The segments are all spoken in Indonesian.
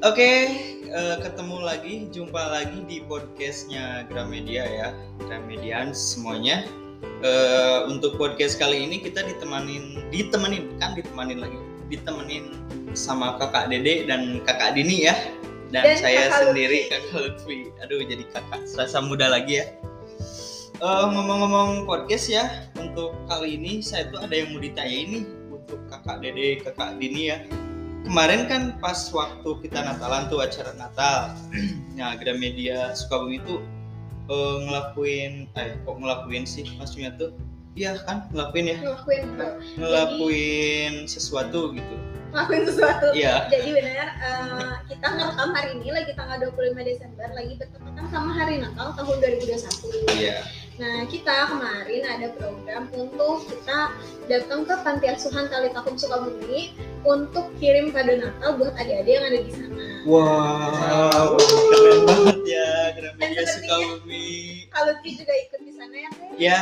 Oke, eh, ketemu lagi, jumpa lagi di podcastnya Gramedia ya, Gramedian semuanya. Eh, untuk podcast kali ini kita ditemanin, ditemenin kan ditemanin lagi, ditemenin sama kakak Dede dan kakak Dini ya, dan, Dan saya Kakak sendiri Lutfi. kakak Lutfi. Aduh jadi kakak, serasa muda lagi ya. Eh, Ngomong-ngomong podcast ya, untuk kali ini saya tuh ada yang mau ditanyain nih untuk kakak Dede, kakak Dini ya kemarin kan pas waktu kita Natalan tuh acara Natal, nah Gramedia Sukabumi itu eh, ngelakuin, eh kok ngelakuin sih maksudnya tuh, iya kan ngelakuin ya, ngelakuin ngelakuin sesuatu gitu, ngelakuin sesuatu iya jadi benar eh, kita ngerekam hari ini lagi tanggal 25 Desember lagi bertepatan sama hari Natal tahun 2021 iya nah kita kemarin ada program untuk kita datang ke panti asuhan Talitakum Sukabumi untuk kirim kado Natal buat adik-adik yang ada di sana wow keren banget ya Gramedia Dan sepertinya- Sukabumi kalau Tri juga ikut di sana ya Tri? ya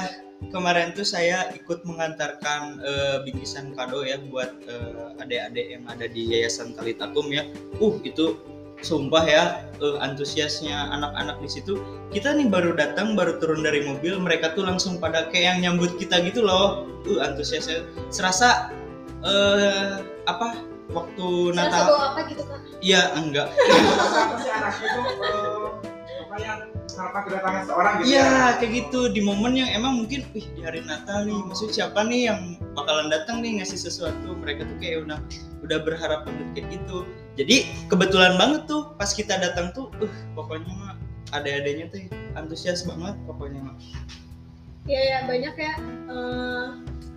kemarin tuh saya ikut mengantarkan eh, bingkisan kado ya buat eh, adik-adik yang ada di Yayasan Talit Akum ya. Uh itu sumpah ya eh, antusiasnya anak-anak di situ. Kita nih baru datang baru turun dari mobil mereka tuh langsung pada kayak yang nyambut kita gitu loh. Uh antusiasnya serasa eh apa waktu Serasa Natal? bawa apa gitu kan Iya enggak. Apa sih Iya, anaknya tuh eh, apa yang sama kedatangan seorang gitu Iya kayak gitu di momen yang emang mungkin wih di hari Natal nih maksudnya siapa nih yang bakalan datang nih ngasih sesuatu mereka tuh kayak udah udah berharap banget kayak gitu jadi kebetulan banget tuh pas kita datang tuh uh, pokoknya mah ada-adanya tuh antusias banget pokoknya mah Iya ya banyak ya. Eh,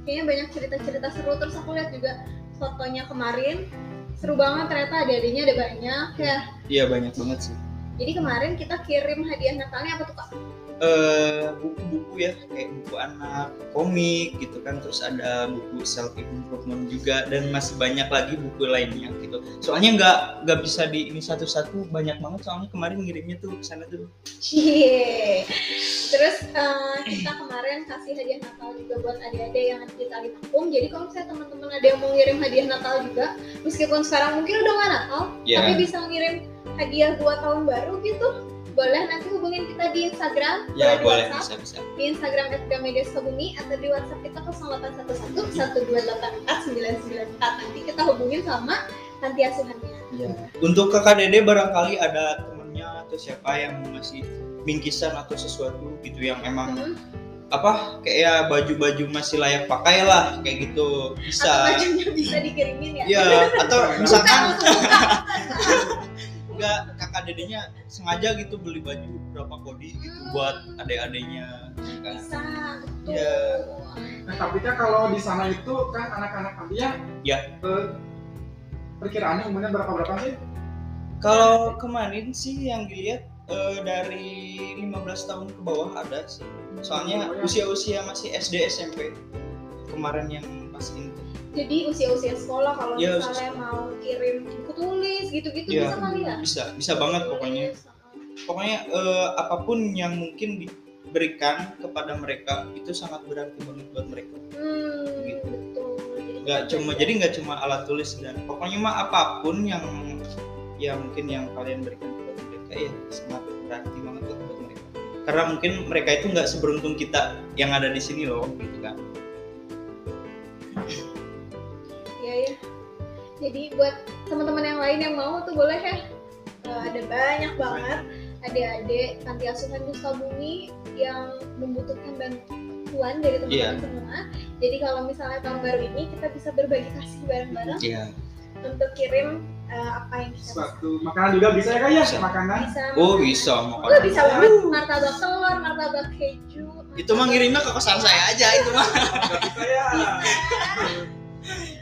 kayaknya banyak cerita-cerita seru terus aku lihat juga fotonya kemarin seru banget ternyata adik-adiknya ada banyak ya. iya banyak banget sih Jadi kemarin kita kirim hadiah Natalnya apa tuh kak? eh buku-buku ya kayak buku anak komik gitu kan terus ada buku self improvement juga dan masih banyak lagi buku lainnya gitu soalnya nggak nggak bisa di ini satu-satu banyak banget soalnya kemarin ngirimnya tuh ke sana tuh Cie. Terus eh, kita kemarin kasih hadiah Natal juga buat adik-adik yang ada di tali Takum. Jadi kalau misalnya teman-teman ada yang mau ngirim hadiah Natal juga, meskipun sekarang mungkin udah nggak Natal, Iya. tapi bisa ngirim hadiah buat tahun baru gitu, boleh nanti hubungin kita di Instagram, ya di boleh WhatsApp. bisa bisa di Instagram @gramedia Sukabumi atau di WhatsApp kita 0811 1284 994 nanti kita hubungin sama panti asuhannya. ya. untuk kakak dede barangkali ada temennya atau siapa yang mau ngasih bingkisan atau sesuatu gitu yang emang Hmm. apa kayak ya baju-baju masih layak pakai lah kayak gitu Atau bisa bajunya bisa dikirimin ya. ya atau misalkan Bukan, bukan, bukan. enggak kakak dedenya sengaja gitu beli baju berapa kodi gitu Hmm. buat adik-adiknya kan Bisa. betul. Iya. Nah, tapi kan kalau di sana itu kan anak-anak pantinya Ya. eh, perkiraannya umurnya berapa berapa sih? kalau kemarin sih yang dilihat eh, dari 15 tahun ke bawah ada sih soalnya Oh, ya. usia-usia masih SD SMP kemarin yang pas ini Jadi usia-usia sekolah kalau Iya, usia misalnya mau kirim buku tulis gitu-gitu Iya. bisa kali ya. bisa bisa banget pokoknya Tulis, uh-uh. pokoknya eh, apapun yang mungkin diberikan kepada mereka itu sangat berarti banget buat mereka Hmm, Gitu. betul. Jadi nggak kita cuma jadi nggak cuma alat tulis dan pokoknya mah apapun yang ya mungkin yang kalian berikan buat mereka ya sangat berarti banget lah buat mereka karena mungkin mereka itu nggak seberuntung kita yang ada di sini loh gitu kan Iya ya. Jadi buat teman-teman yang lain yang mau tuh boleh ya. Eh, ada banyak banget adik-adik panti asuhan Dusta Bumi yang membutuhkan bantuan dari teman-teman Iya. semua. Jadi kalau misalnya tahun baru ini kita bisa berbagi kasih bareng-bareng iya untuk kirim eh, apa yang kita bisa. Suatu makanan juga bisa ya kak ya? Bisa. Makanan. Bisa oh makanan. bisa Oh, makan bisa banget martabak telur, martabak keju. itu mah ngirimnya ke kosan saya aja itu mah Nggak bisa ya.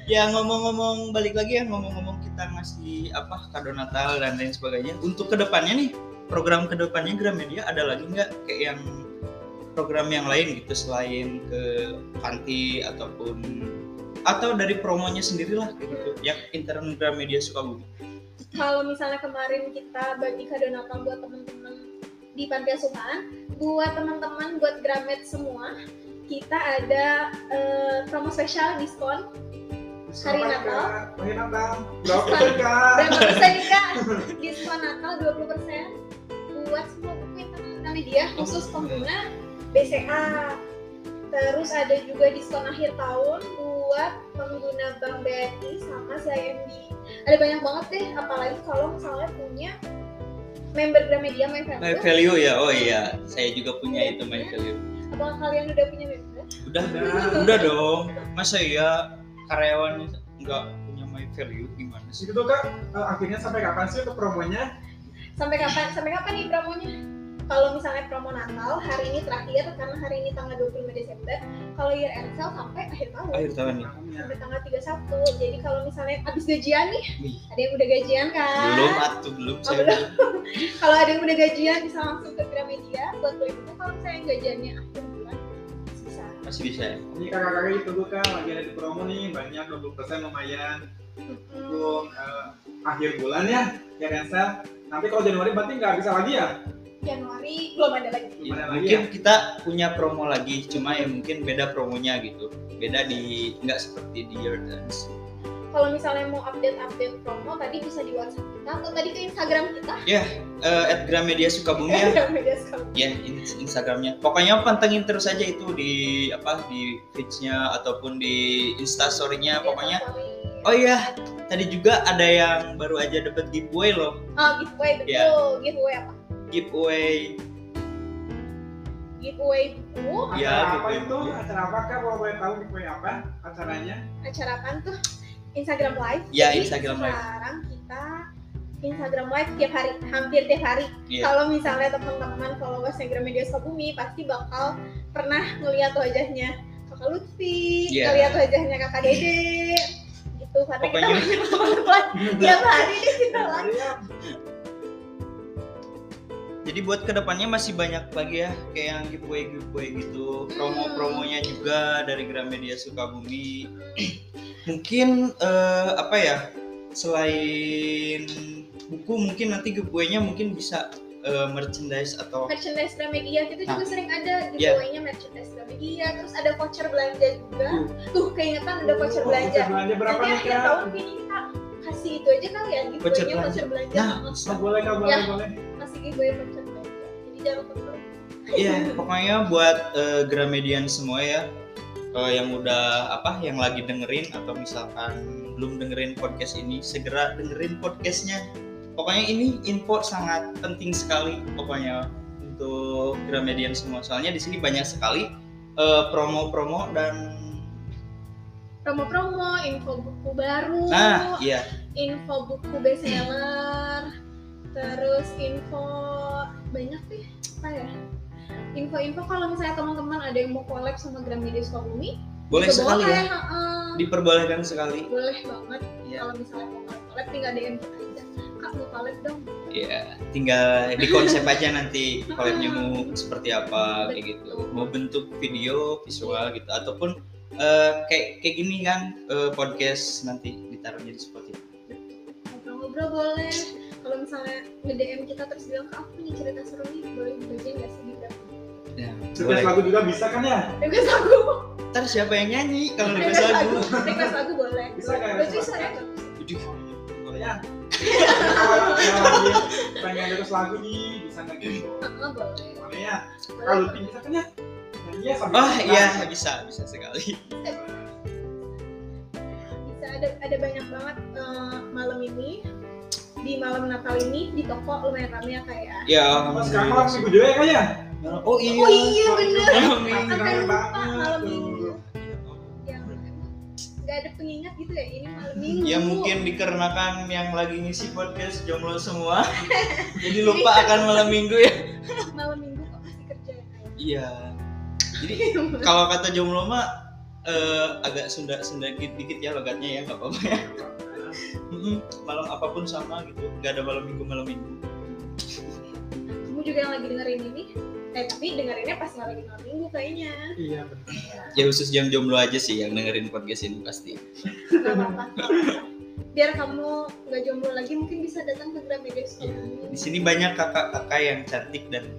ya ngomong-ngomong balik lagi ya ngomong-ngomong kita ngasih apa kado Natal dan lain sebagainya untuk kedepannya nih program kedepannya Gramedia ada lagi nggak kayak yang program yang lain gitu selain ke panti ataupun atau dari promonya sendirilah kayak gitu yang intern Gramedia suka bumi kalau misalnya kemarin kita bagi kado Natal buat teman-teman di panti asuhan, buat teman-teman buat Gramet semua, kita ada eh, promo spesial diskon Hari Sampai Natal. ke Hari Natal. Berapa kak? Berapa persen nih kak? Diskon Natal 20 persen buat semua buku internasional dia khusus pengguna BCA. Terus ada juga diskon akhir tahun buat pengguna Bank BNI sama CIMB. Ada banyak banget deh, apalagi kalau misalnya punya member Gramedia My My Friends. value ya, oh iya, saya juga punya itu my value. Apakah kalian udah punya member? Udah, Udah. udah dong. Masa iya karyawan nggak punya my value gimana Terus sih? itu kak, eh, akhirnya sampai kapan sih untuk promonya? Sampai kapan? Sampai kapan nih promonya? Kalau misalnya promo Natal hari ini terakhir karena hari ini tanggal 25 Desember, kalau year end sale sampai akhir tahun. Akhir tahun nih. Namanya. sampai tanggal 31. Jadi kalau misalnya habis gajian nih, Wih. ada yang udah gajian kan? Belum atuh belum Oh, saya. belum. Kalau ada yang udah gajian bisa langsung ke Gramedia buat beli buku. Kalau misalnya yang gajiannya akhir bulan bisa. Masih bisa ya. Ini kakak-kakak itu tuh kak lagi ada di promo nih banyak 20% lumayan Mm-mm. belum eh, akhir bulan ya ya cancel. Nanti kalau Januari berarti nggak bisa lagi ya? Januari belum ada lagi. Ya, Gimana lagi mungkin kita punya promo lagi, cuma ya mungkin beda promonya gitu. Beda di nggak seperti di Year Dance. Kalau misalnya mau update-update promo tadi bisa di WhatsApp kita atau tadi ke Instagram kita. Eh, at Gramedia Sukabumi ya. Gramedia sekarang. ya in- Instagramnya. Pokoknya pantengin terus aja itu di apa di feeds-nya ataupun di Iya. instastory-nya Ya, pokoknya. Oh iya, tadi juga ada yang baru aja dapat giveaway loh. Oh, giveaway betul. Iya. Giveaway apa? Giveaway Giveaway buku. Acara Iya, apa gitu. itu? Acara apa kak? Kalau boleh tahu di kue apa acaranya? Acara apa tuh? Instagram Live. Ya, Jadi Instagram Live. Sekarang kita Instagram Live tiap hari, hampir tiap hari. Iya. Kalau misalnya teman-teman followers Instagram Media Sukabumi pasti bakal pernah ngeliat wajahnya Kakak Lutfi, Iya. ngeliat wajahnya Kakak Dede, gitu. Karena Pokoknya- Iya. kita main Instagram Live tiap hari di kita live. Iya, Jadi buat kedepannya masih banyak lagi ya kayak yang giveaway giveaway gitu, promo-promonya juga dari Gramedia Sukabumi. mungkin eh, apa ya selain buku mungkin nanti giveaway-nya mungkin bisa eh, merchandise atau Merchandise Gramedia itu juga sering ada Iya. giveaway-nya merchandise Gramedia, terus ada voucher belanja juga. Iya. Tuh keingetan ada voucher Oh, belanja. belanja berapa Nanti nih akhir kak? tahun ini kita kasih itu aja kali ya Voucher giveaway-nya voucher belanja. Nah, Oh, boleh kak, boleh Ya. boleh. Masih giveaway voucher belanja. Jadi jangan lupa Iya, pokoknya buat eh, Gramedian semua ya eh, yang udah apa yang lagi dengerin atau misalkan belum dengerin podcast ini segera dengerin podcastnya. Pokoknya ini info sangat penting sekali pokoknya untuk Gramedian semua. Soalnya di sini banyak sekali eh, promo-promo dan promo-promo, info buku baru, nah iya info buku bestseller, terus info banyak sih apa ya? Info-info kalau misalnya teman-teman ada yang mau collab sama Gramedia Sukabumi, boleh juga sekali ya boleh, heeh. diperbolehkan sekali. boleh banget Iya. kalau misalnya mau collab, collab tinggal DM kita aja. Kak mau collab dong. Iya, tinggal di konsep aja nanti collabnya mau seperti apa kayak gitu. Mau bentuk video, visual gitu ataupun eh, kayak kayak gini kan eh, podcast nanti ditaruhnya di Spotify. ngobrol-ngobrol boleh kalau misalnya nge-DM kita terus bilang kak aku punya cerita seru nih boleh dibacain nggak sih di Gramedia? Ya, Setiap boleh. lagu juga bisa kan ya? Request lagu, Ntar siapa yang nyanyi kalau request request lagu, lagu? request lagu boleh. Bisa nggak? Bagus bisa ya? Aduh, Ya. Kalau yang lagi pengen terus lagu nih bisa nggak gitu? Heeh, boleh. Mana ya? Boleh. Kalau tinggi kan ya? Iya sambil. Oh kita- iya bisa bisa sekali. bisa ada ada banyak banget eh, malam ini di malam Natal ini di toko lumayan ramai ya kayak Ya. Oh, sekarang malam minggu juga ya kak ya? Oh oh iya. iya bener Malam Masih minggu. Sampai ramai lupa banget malam tuh. minggu yang emang nggak ada pengingat gitu ya ini malam minggu Ya mungkin dikarenakan yang lagi ngisi podcast jomblo semua. Jadi lupa akan malam minggu ya. malam minggu kok masih kerja ya kayak Iya. Jadi kalau kata jomblo mah eh, agak sunda-sunda dikit ya logatnya ya nggak apa-apa ya. Mm-mm, malam apapun sama gitu, nggak ada malam minggu malam minggu. kamu juga yang lagi dengerin ini eh tapi dengerinnya pas nggak lagi malam minggu kayaknya Iya benar. Ya khusus yang jomblo aja sih yang dengerin podcast ini pasti. nggak apa-apa nggak apa-apa. biar kamu nggak jomblo lagi mungkin bisa datang ke Gramedia Iya. Sukabumi Di sini banyak kakak-kakak yang cantik dan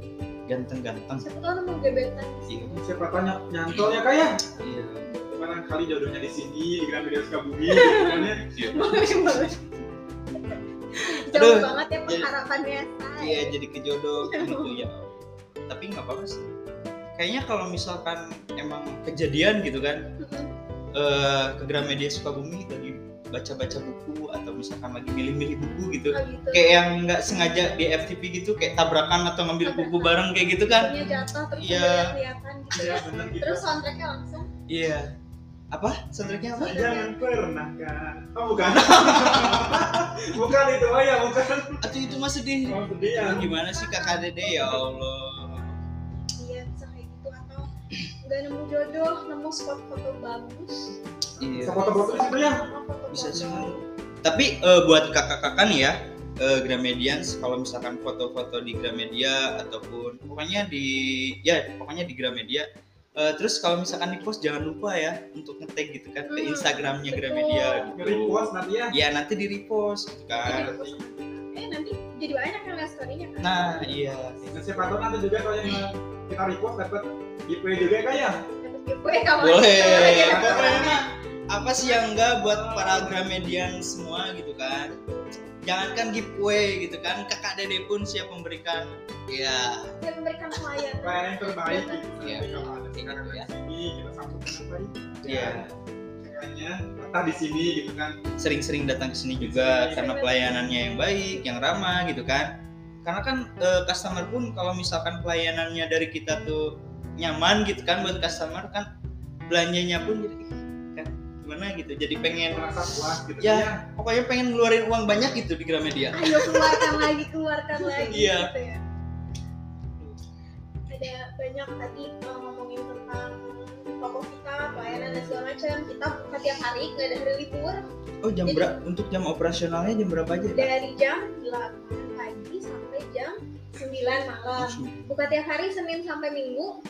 ganteng-ganteng. siapa tahu nemu gebetan Iya. Siapa tanya nyantol ya kak ya? Iya. Barangkali kali jodohnya di sini di Grand Video Sukabumi gitu kan ya. Bagus, bagus. Aduh, Jauh banget ya pengharapannya. ya. Shay. Iya jadi kejodoh gitu ya. Tapi nggak apa-apa sih. Kayaknya kalau misalkan emang kejadian gitu kan eh ke Gramedia Sukabumi lagi baca-baca buku atau misalkan lagi milih-milih buku gitu. Oh, gitu. Kayak yang nggak sengaja di FTP gitu kayak tabrakan atau ngambil buku bareng kayak gitu kan. Bukunya jatuh terus Iya. ada yang kelihatan gitu. Iya benar gitu. Terus soundtracknya langsung. Iya. Apa? Soundtracknya apa? Jangan Iya, pernah kan. Oh bukan. bukan itu oh ya bukan. Atau itu mah sedih. Oh sedih ya. Aduh, Gimana sih kakak dede ya Allah. Iya bisa kayak gitu atau nggak nemu jodoh, nemu spot foto bagus. Iya. Foto-foto itu ya. Sama foto bisa foto. sekali. Tapi eh, buat kakak-kakak nih ya, eh, Gramedians kalau misalkan foto-foto di Gramedia ataupun pokoknya di ya pokoknya di Gramedia. Eh, terus kalau misalkan di post jangan lupa ya untuk ngetag gitu kan ke Hmm, Instagramnya betul. Gramedia. gitu. Ngeri puas nanti ya. Ya nanti di repost gitu Jadi kan. bagus. Eh nanti jadi banyak yang lihat story-nya kan. Nah iya. Dan siapa tahu nanti juga kalau yang kita request dapat giveaway juga kan ya. Dapat giveaway kamu. Boleh. Kamu lagi ada Apa program. kayaknya apa sih yang enggak buat para Gramedians semua gitu kan? Jangankan giveaway gitu kan, kakak dede pun siap memberikan ya Dan memberikan pelayanan. Pelayanan yang terbaik gitu. Iya. Kalau ada sekarang Iya. di sini kita sambut dengan baik. Iya. Makanya tetap di sini gitu kan. sering-sering datang ke sini juga karena pelayanannya yang baik, yang ramah gitu kan. Karena kan eh, customer pun kalau misalkan pelayanannya dari kita tuh nyaman gitu kan buat customer kan belanjanya pun jadi "Ih, kan gimana gitu. Jadi pengen Merasa puas gitu Ya. kan ya. pokoknya pengen ngeluarin uang banyak gitu di Gramedia. Ayo keluarkan lagi, keluarkan lagi. Iya. Gitu ya. Ada banyak tadi uh, ngomongin tentang toko kita, pelayanan dan segala macam. Kita buka tiap hari, nggak ada hari libur. Oh, Iya. jam berapa untuk jam operasionalnya jam berapa aja? Kak? Dari jam 8 pagi sampai jam 9 malam. Buka tiap hari Senin sampai Minggu.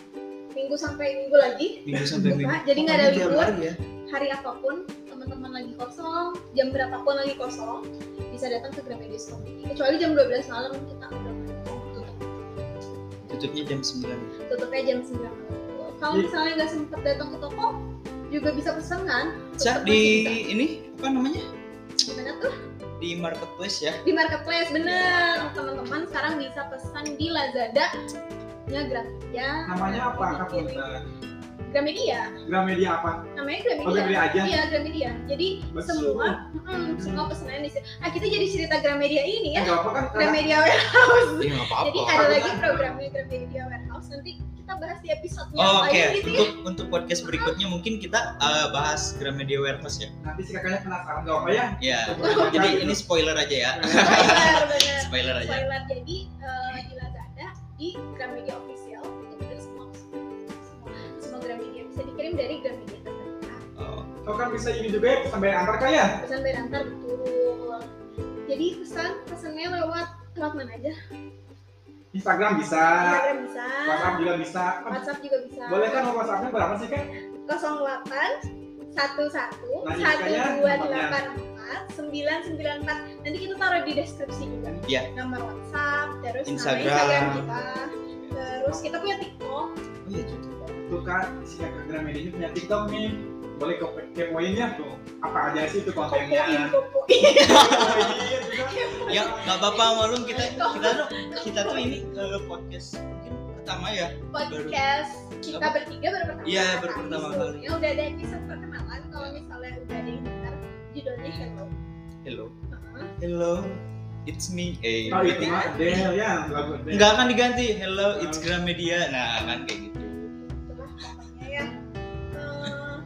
Minggu sampai Minggu lagi. Nah, ya. Minggu sampai minggu. Jadi nggak ada Pokoknya tiap libur. hari ya. Hari apapun, teman-teman lagi kosong, jam berapapun lagi kosong, bisa datang ke Gramedia Store. Kecuali jam 12 malam kita udah tutup. Tutupnya jam 9. tutupnya jam 9 malam. Kalau Iya. misalnya nggak sempet datang ke toko, juga bisa pesan kan? Sa Tetap di masih ini apa namanya? bisa. Gimana tuh? Di marketplace ya. Di marketplace, bener. Teman-teman sekarang bisa pesan di Lazada. Ya, Gramedia. Namanya apa? Kamu Gramedia. Gramedia apa? Iya. Namanya Oh, Gramedia. Gramedia aja. Iya, Gramedia. Jadi Betul. semua, mm, semua pesanan di sini. Ah, kita jadi cerita Gramedia ini ya. Enggak apa kan? karena- Gramedia Warehouse. Ya nggak Jadi ada lagi programnya Gramedia Warehouse. Nanti kita bahas di episode yang Oh, Oke, lain gitu ya. untuk untuk podcast berikutnya mungkin kita eh, bahas Gramedia Warehouse ya. Nanti si kakaknya penasaran enggak apa ya? Ya. Jadi ini spoiler aja ya. Benar, benar. Spoiler aja. spoiler jadi eh, di Lazada di Gramedia official itu udah semua semua semua Gramedia bisa dikirim dari Gramedia terdekat Oh, Oh kan bisa ini juga ya pesan bayar antar kak ya? pesan berantar betul jadi pesan pesannya lewat lewat mana aja Instagram bisa, Ah, Instagram bisa WhatsApp juga bisa. Kan WhatsApp juga bisa Boleh kan nomor WhatsAppnya berapa sih kan? 08 11 Nah, ini 1284 kayaknya 994 nanti kita taruh di deskripsi juga Iya. nomor WhatsApp terus Instagram. nama Instagram kita terus kita punya TikTok oh iya juga. Tuh kan si kakak Gramedia ini punya TikTok nih. Boleh ke kepoinnya tuh. Apa aja sih iya. itu kopoin kontennya? kopoin Kepoin, gitu kan. Ya nggak apa-apa malum kita kita tuh kita tuh ini eh, podcast mungkin pertama ya. podcast kita Apa? bertiga baru pertama Iya, kali, baru tapi pertama kali. sebelumnya udah ada episode perkenalan kalau misalnya udah ada yang dengar judulnya hello Hello, Heeh. hello, it's me. Eh, Oh itu mah Adele ya, lagu Adele. nggak akan diganti. Hello, it's Gramedia. Nah kan kayak gitu. itulah pokoknya ya Eh,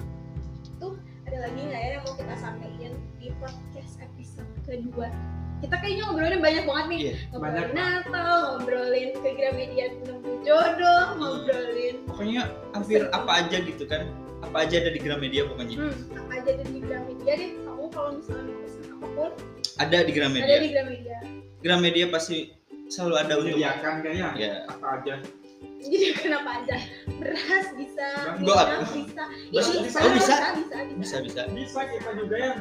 tuh ada lagi nggak ya yang mau kita sampaikan di podcast episode kedua kita kayaknya ngobrolin banyak banget nih Iya. ngobrolin Banyak. Natal ngobrolin ke Gramedia nemu jodoh ngobrolin Pokoknya hampir apa aja gitu kan. Apa aja ada di Gramedia pokoknya. hmm, apa aja ada di Gramedia deh kamu kalau misalnya mau pesan apapun Ada di ada di Gramedia. Gramedia Gramedia pasti selalu ada untuk Menyediakan kayaknya. ya. Apa aja? jadi kenapa aja beras bisa Bang, doa. minyak bisa Beras Ih, bisa. bisa, bisa? Oh, bisa bisa bisa Ya, bisa bisa Bisa kita juga ya.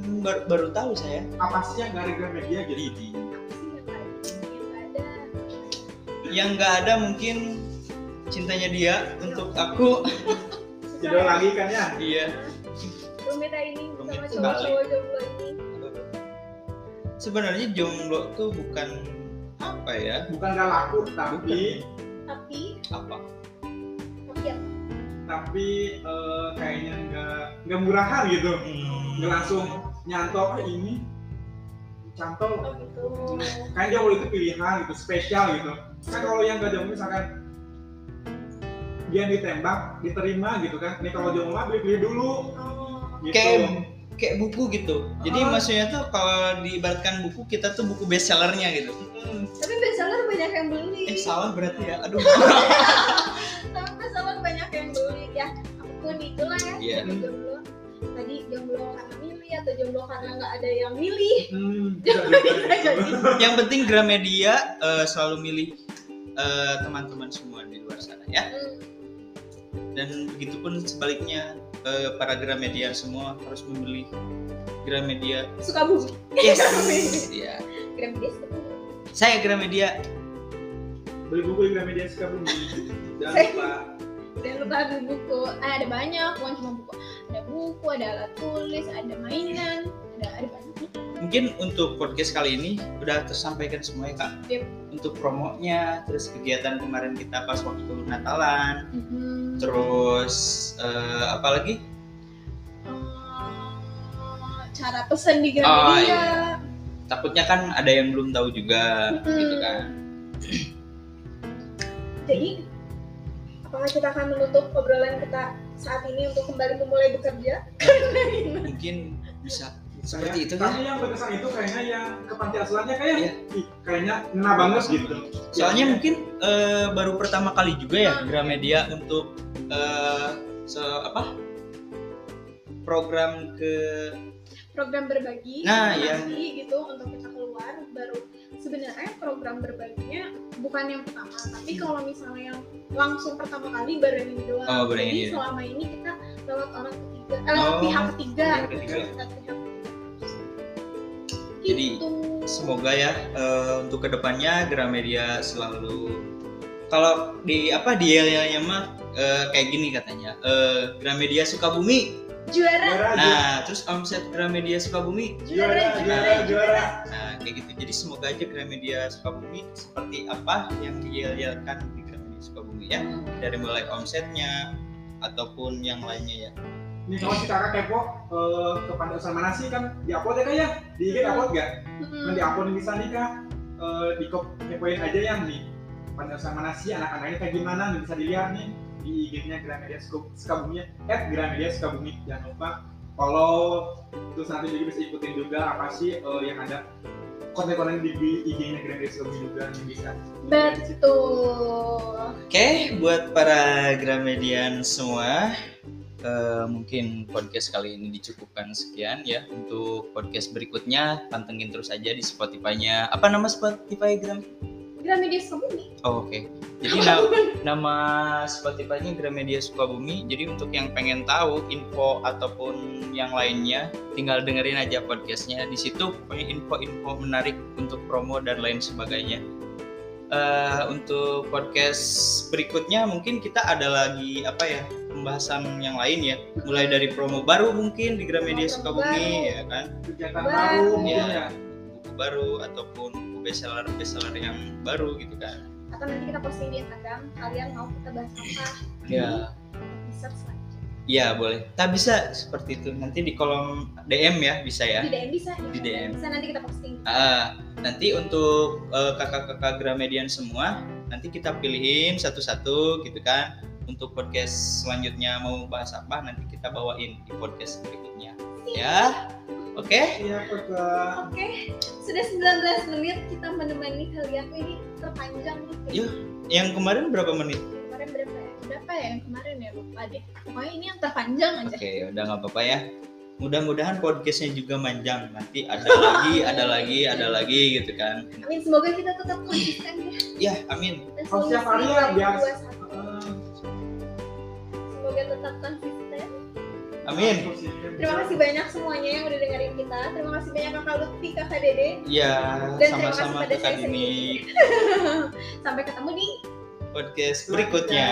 Hmm, baru, baru tahu saya Apa sih yang dari Gramedia gitu? Jadi Apa sih yang lain? Yang ada yang nggak ada mungkin cintanya dia untuk aku susah Judul lagi kan ya. Iya. rumit lah ini Rumit sama sekali. cowok-cowok jomblo ini Sebenarnya jomblo tuh bukan apa ya? Bukan gak laku, tapi tapi Apa? tapi ya, apa? tapi eh, kayaknya nggak nggak murahan gitu. Hmm. Nggak langsung nyantol "Ah, ini cantol. Oh, gitu Kan jomblo itu pilihan gitu, spesial gitu. Kan kalau yang gak jomblo misalkan dia ditembak, diterima gitu kan. Ini kalau jomblo mah beli-beli dulu oh gitu. Kayak kayak buku gitu. Jadi Ah. maksudnya tuh kalau diibaratkan buku kita tuh buku bestsellernya gitu. Mm. tapi bestseller banyak yang beli Eh salah berarti ya. Aduh. tapi bestseller banyak yang beli ya apapun itulah ya Iya. jadi jomblo tadi jomblo karena milih atau jomblo karena nggak ada yang milih Hmm, bisa Iya, Bisa juga. jadi. Yang penting Gramedia eh, selalu milih eh, teman-teman semua di luar sana ya. Hmm, dan begitupun sebaliknya eh, para Gramedia semua harus memilih Gramedia suka bumi yes ya Gram dia suka bumi. saya Gramedia Beli buku di Gramedia Sukabumi. Jangan Saya- lupa. dan lupa beli buku Ah, ada banyak bukan cuma buku ada buku ada alat tulis ada mainan ada ada banyak mungkin untuk podcast kali ini udah tersampaikan semuanya kak Yep. untuk promonya terus kegiatan kemarin kita pas waktu Natalan Mhm. terus eh, apa lagi Eh, cara pesan di Gramedia Oh, iya. takutnya kan ada yang belum tahu juga Mm-mm. gitu kan Jadi, apakah kita akan menutup obrolan kita saat ini untuk kembali memulai bekerja? mungkin bisa Saya- seperti itu ya Tapi yang berkesan itu kayaknya yang ke panti asuhannya kayak Iya. ih, kayaknya ngena banget gitu. Soalnya Iya. mungkin eh, baru pertama kali juga ya Hmm. Gramedia untuk eh, se apa program ke Program berbagi, Nah, nanti iya. gitu untuk kita keluar baru sebenarnya program berbaginya bukan yang pertama, tapi kalau misalnya yang langsung pertama kali baru yang ini doang. Oh, baru yang Jadi ini. selama ini kita lewat orang ketiga, eh, lewat Oh, pihak ketiga. gitu, pihak ketiga. Lewat pihak ketiga. Jadi, Gitu. semoga ya eh, untuk kedepannya Gramedia selalu kalau di apa di yel mah eh, kayak gini katanya eh, Gramedia Sukabumi juara, juara aja. nah terus omset Gramedia Sukabumi Juara, juara, juara. Nah, kayak gitu. Jadi semoga aja Gramedia Sukabumi seperti apa yang diyel-yelkan di Gramedia Sukabumi ya. Dari mulai omsetnya ataupun yang lainnya ya. Nih kalau si kakak kepo eh, ke panti asuhan mana sih kan di upload ya kak ya? Di IG upload nggak? Mm-mm. Nanti upload di sana nih kak. Eh, di kop- kepoin aja yang di panti asuhan mana sih anak-anaknya kayak gimana nih bisa dilihat nih di IG-nya Gramedia Suka- Sukabumi at Gramedia Sukabumi jangan lupa follow terus nanti juga bisa ikutin juga apa sih eh, yang ada konten-konten di di IG-nya Gramedia Sukabumi juga yang bisa Betul. Oke, buat para Gramedian semua, eh, mungkin podcast kali ini dicukupkan sekian ya. Untuk podcast berikutnya pantengin terus aja di Spotify-nya. Apa nama Spotify Gram? Gramedia Sukabumi. Oh, Oke. Jadi na- nama Spotify-nya Gramedia Sukabumi. Jadi untuk yang pengen tahu info ataupun yang lainnya, tinggal dengerin aja podcastnya. Di situ pokoknya info-info menarik untuk promo dan lain sebagainya. Eh, untuk podcast berikutnya mungkin kita ada lagi apa ya pembahasan yang lain ya mulai dari promo baru mungkin di Gramedia Promo Sukabumi baru. ya kan kegiatan Baru. baru Iya. mungkin ya. buku baru ataupun buku bestseller bestseller yang baru gitu kan Atau nanti kita posting di Instagram. Kalian mau kita bahas apa? Di search lah. Iya boleh. Tak bisa seperti itu. Nanti di kolom DM ya bisa ya. Di DM bisa. ya? Di DM. Bisa nanti kita posting. Ah, nanti untuk eh, kakak-kakak Gramedian semua, nanti kita pilihin satu-satu gitu kan. Untuk podcast selanjutnya mau bahas apa, nanti kita bawain di podcast berikutnya. Ya, oke. Iya, kakak. Oke, sudah 19 menit kita menemani kalian ini terpanjang Iya. nih. Yang kemarin berapa menit? Kemarin berapa ya? Berapa ya yang kemarin ya? Lupa deh. Pokoknya ini yang terpanjang aja. Oke, udah nggak apa-apa ya. Mudah-mudahan podcastnya juga manjang. Nanti ada lagi, ada lagi, ada lagi gitu kan. Amin, semoga kita tetap konsisten ya. Ya, amin. Kita Oh, solusi siap hari ya, dari biar- dua satu. Eh, Semoga tetap konsisten. Amin. kan Terima kasih banyak semuanya yang udah dengerin kita. Terima kasih banyak Kakak Lutfi, Kakak Dede. Ya, Dan terima kasih sama-sama pada saya tekan ini Sampai ketemu di podcast berikutnya.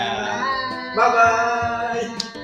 Bye-bye. Bye.